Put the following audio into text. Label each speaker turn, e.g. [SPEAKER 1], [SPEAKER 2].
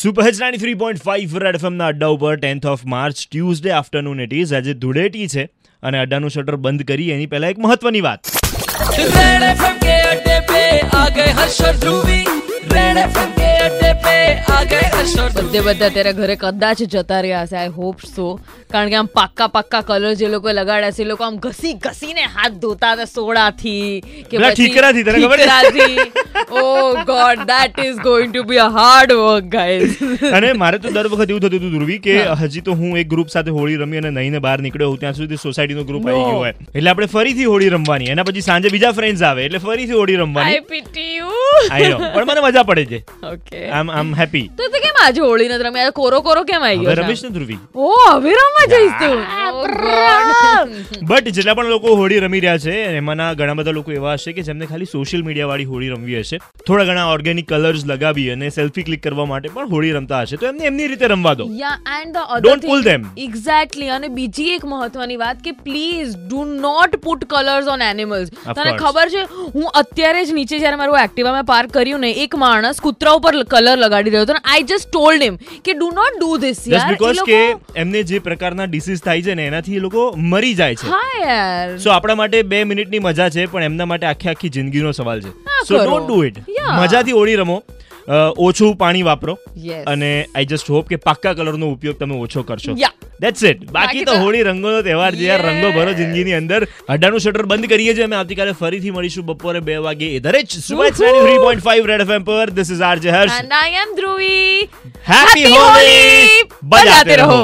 [SPEAKER 1] સુપરજ ninety three point five red એફએમના અડ્ડા ઉપર tenth of March Tuesday afternoon it is આજે ધૂળેટી છે અને અડ્ડાનું શટર બંધ કરી એની પહેલાં એક મહત્વની વાત
[SPEAKER 2] रेड एफएम के अड्डे पे आ गए हर्ष और ध्रुवी रेड एफएम के अड्डे पे आ गए हर्ष और ध्रुवी
[SPEAKER 3] બધે બધા અત્યારે ઘરે કદાચ જતા રહ્યા હશે આઈ હોપ સો કારણ કે આમ પાક્કા પાક્કા કલર જે લોકો લગાડ્યા છે એ લોકો આમ ઘસી ઘસીને હાથ ધોતા હતા સોડાથી કે
[SPEAKER 1] પેલા ઠીકરાથી, તને ખબર છે?
[SPEAKER 3] Oh God that is going to be a hard work guys
[SPEAKER 1] અને મારે તો દર વખત એવું થતું હતું ધ્રુવી કે હજી તો હું એક ગ્રુપ સાથે હોળી રમી અને નહીં બહાર નીકળ્યો હોઉં ત્યાં સુધી સોસાયટીનો ગ્રુપ આવી ગયો હોય એટલે આપણે ફરીથી હોળી રમવાની એના પછી સાંજે બીજા ફ્રેન્ડ્સ આવે એટલે ફરીથી હોળી રમવાની
[SPEAKER 3] I pity you
[SPEAKER 1] I know પણ મને મજા પડે છે
[SPEAKER 3] ઓકે
[SPEAKER 1] આમ આમ હેપી
[SPEAKER 3] તો તે કેમ આજે હોળી નથી રમી આજે કોરો કોરો કેમ આવી
[SPEAKER 1] હવે
[SPEAKER 3] ગયો
[SPEAKER 1] રમીશ
[SPEAKER 3] છે?
[SPEAKER 1] ને ધ્રુવી
[SPEAKER 3] ઓ હવે રમવા જઈશ તું Oh God.
[SPEAKER 1] બટ જેટલા પણ લોકો હોળી રમી રહ્યા છે એમાંના ઘણા બધા લોકો એવા હશે કે જેમને ખાલી સોશિયલ મીડિયા વાળી હોળી રમવી હશે થોડા ઘણા ઓર્ગેનિક કલર્સ લગાવી અને સેલ્ફી ક્લિક કરવા માટે પણ હોળી રમતા હશે તો એમને એમની રીતે રમવા દો
[SPEAKER 3] યા and the other
[SPEAKER 1] Don't pull them.
[SPEAKER 3] Exactly અને બીજી એક મહત્વની વાત કે please do not put colours on animals
[SPEAKER 1] Of
[SPEAKER 3] તને
[SPEAKER 1] course.
[SPEAKER 3] ખબર છે હું અત્યારે જ નીચે જ્યારે મારું એક્ટિવા મેં પાર્ક કર્યું ને એક માણસ કૂતરા ઉપર કલર લગાડી રહ્યો હતો ને આઈ જસ્ટ ટોલ્ડ હિમ કે do not do this
[SPEAKER 1] just
[SPEAKER 3] યાર એ
[SPEAKER 1] બીકોઝ કે
[SPEAKER 3] લોકો
[SPEAKER 1] એમને જે પ્રકારના ડિસીઝ થાય છે ને એનાથી એ લોકો મરી જાય છે
[SPEAKER 3] હા યાર
[SPEAKER 1] સો આપણા માટે બે મિનિટની મજા છે પણ એમના માટે આખી આખી જિંદગીનો સવાલ છે
[SPEAKER 3] ના
[SPEAKER 1] સો
[SPEAKER 3] કરો.
[SPEAKER 1] Don't do it
[SPEAKER 3] Yeah.
[SPEAKER 1] મજાથી હોળી રમો અ, ઓછું પાણી વાપરો
[SPEAKER 3] Yes.
[SPEAKER 1] અને આઈ જસ્ટ હોપ કે પાક્કા કલરનો ઉપયોગ તમે ઓછો કરશો
[SPEAKER 3] Yeah.
[SPEAKER 1] ધેટ્સ ઇટ બાકી
[SPEAKER 3] બાકી
[SPEAKER 1] તો
[SPEAKER 3] તો-
[SPEAKER 1] હોળી રંગોનો તહેવાર છે યાર
[SPEAKER 3] Yes.
[SPEAKER 1] રંગો ભરો જિંદગીની અંદર અડાનું શટર બંધ કરીએ છીએ અમે આવતીકાલે ફરીથી મળીશું બપોરે બે વાગે એ દરેક સુબહ
[SPEAKER 3] Woohoo.
[SPEAKER 1] Three point five red FM પર this is RJ Harsh
[SPEAKER 3] and I am Dhruvi
[SPEAKER 1] happy Holi બજાતે રહો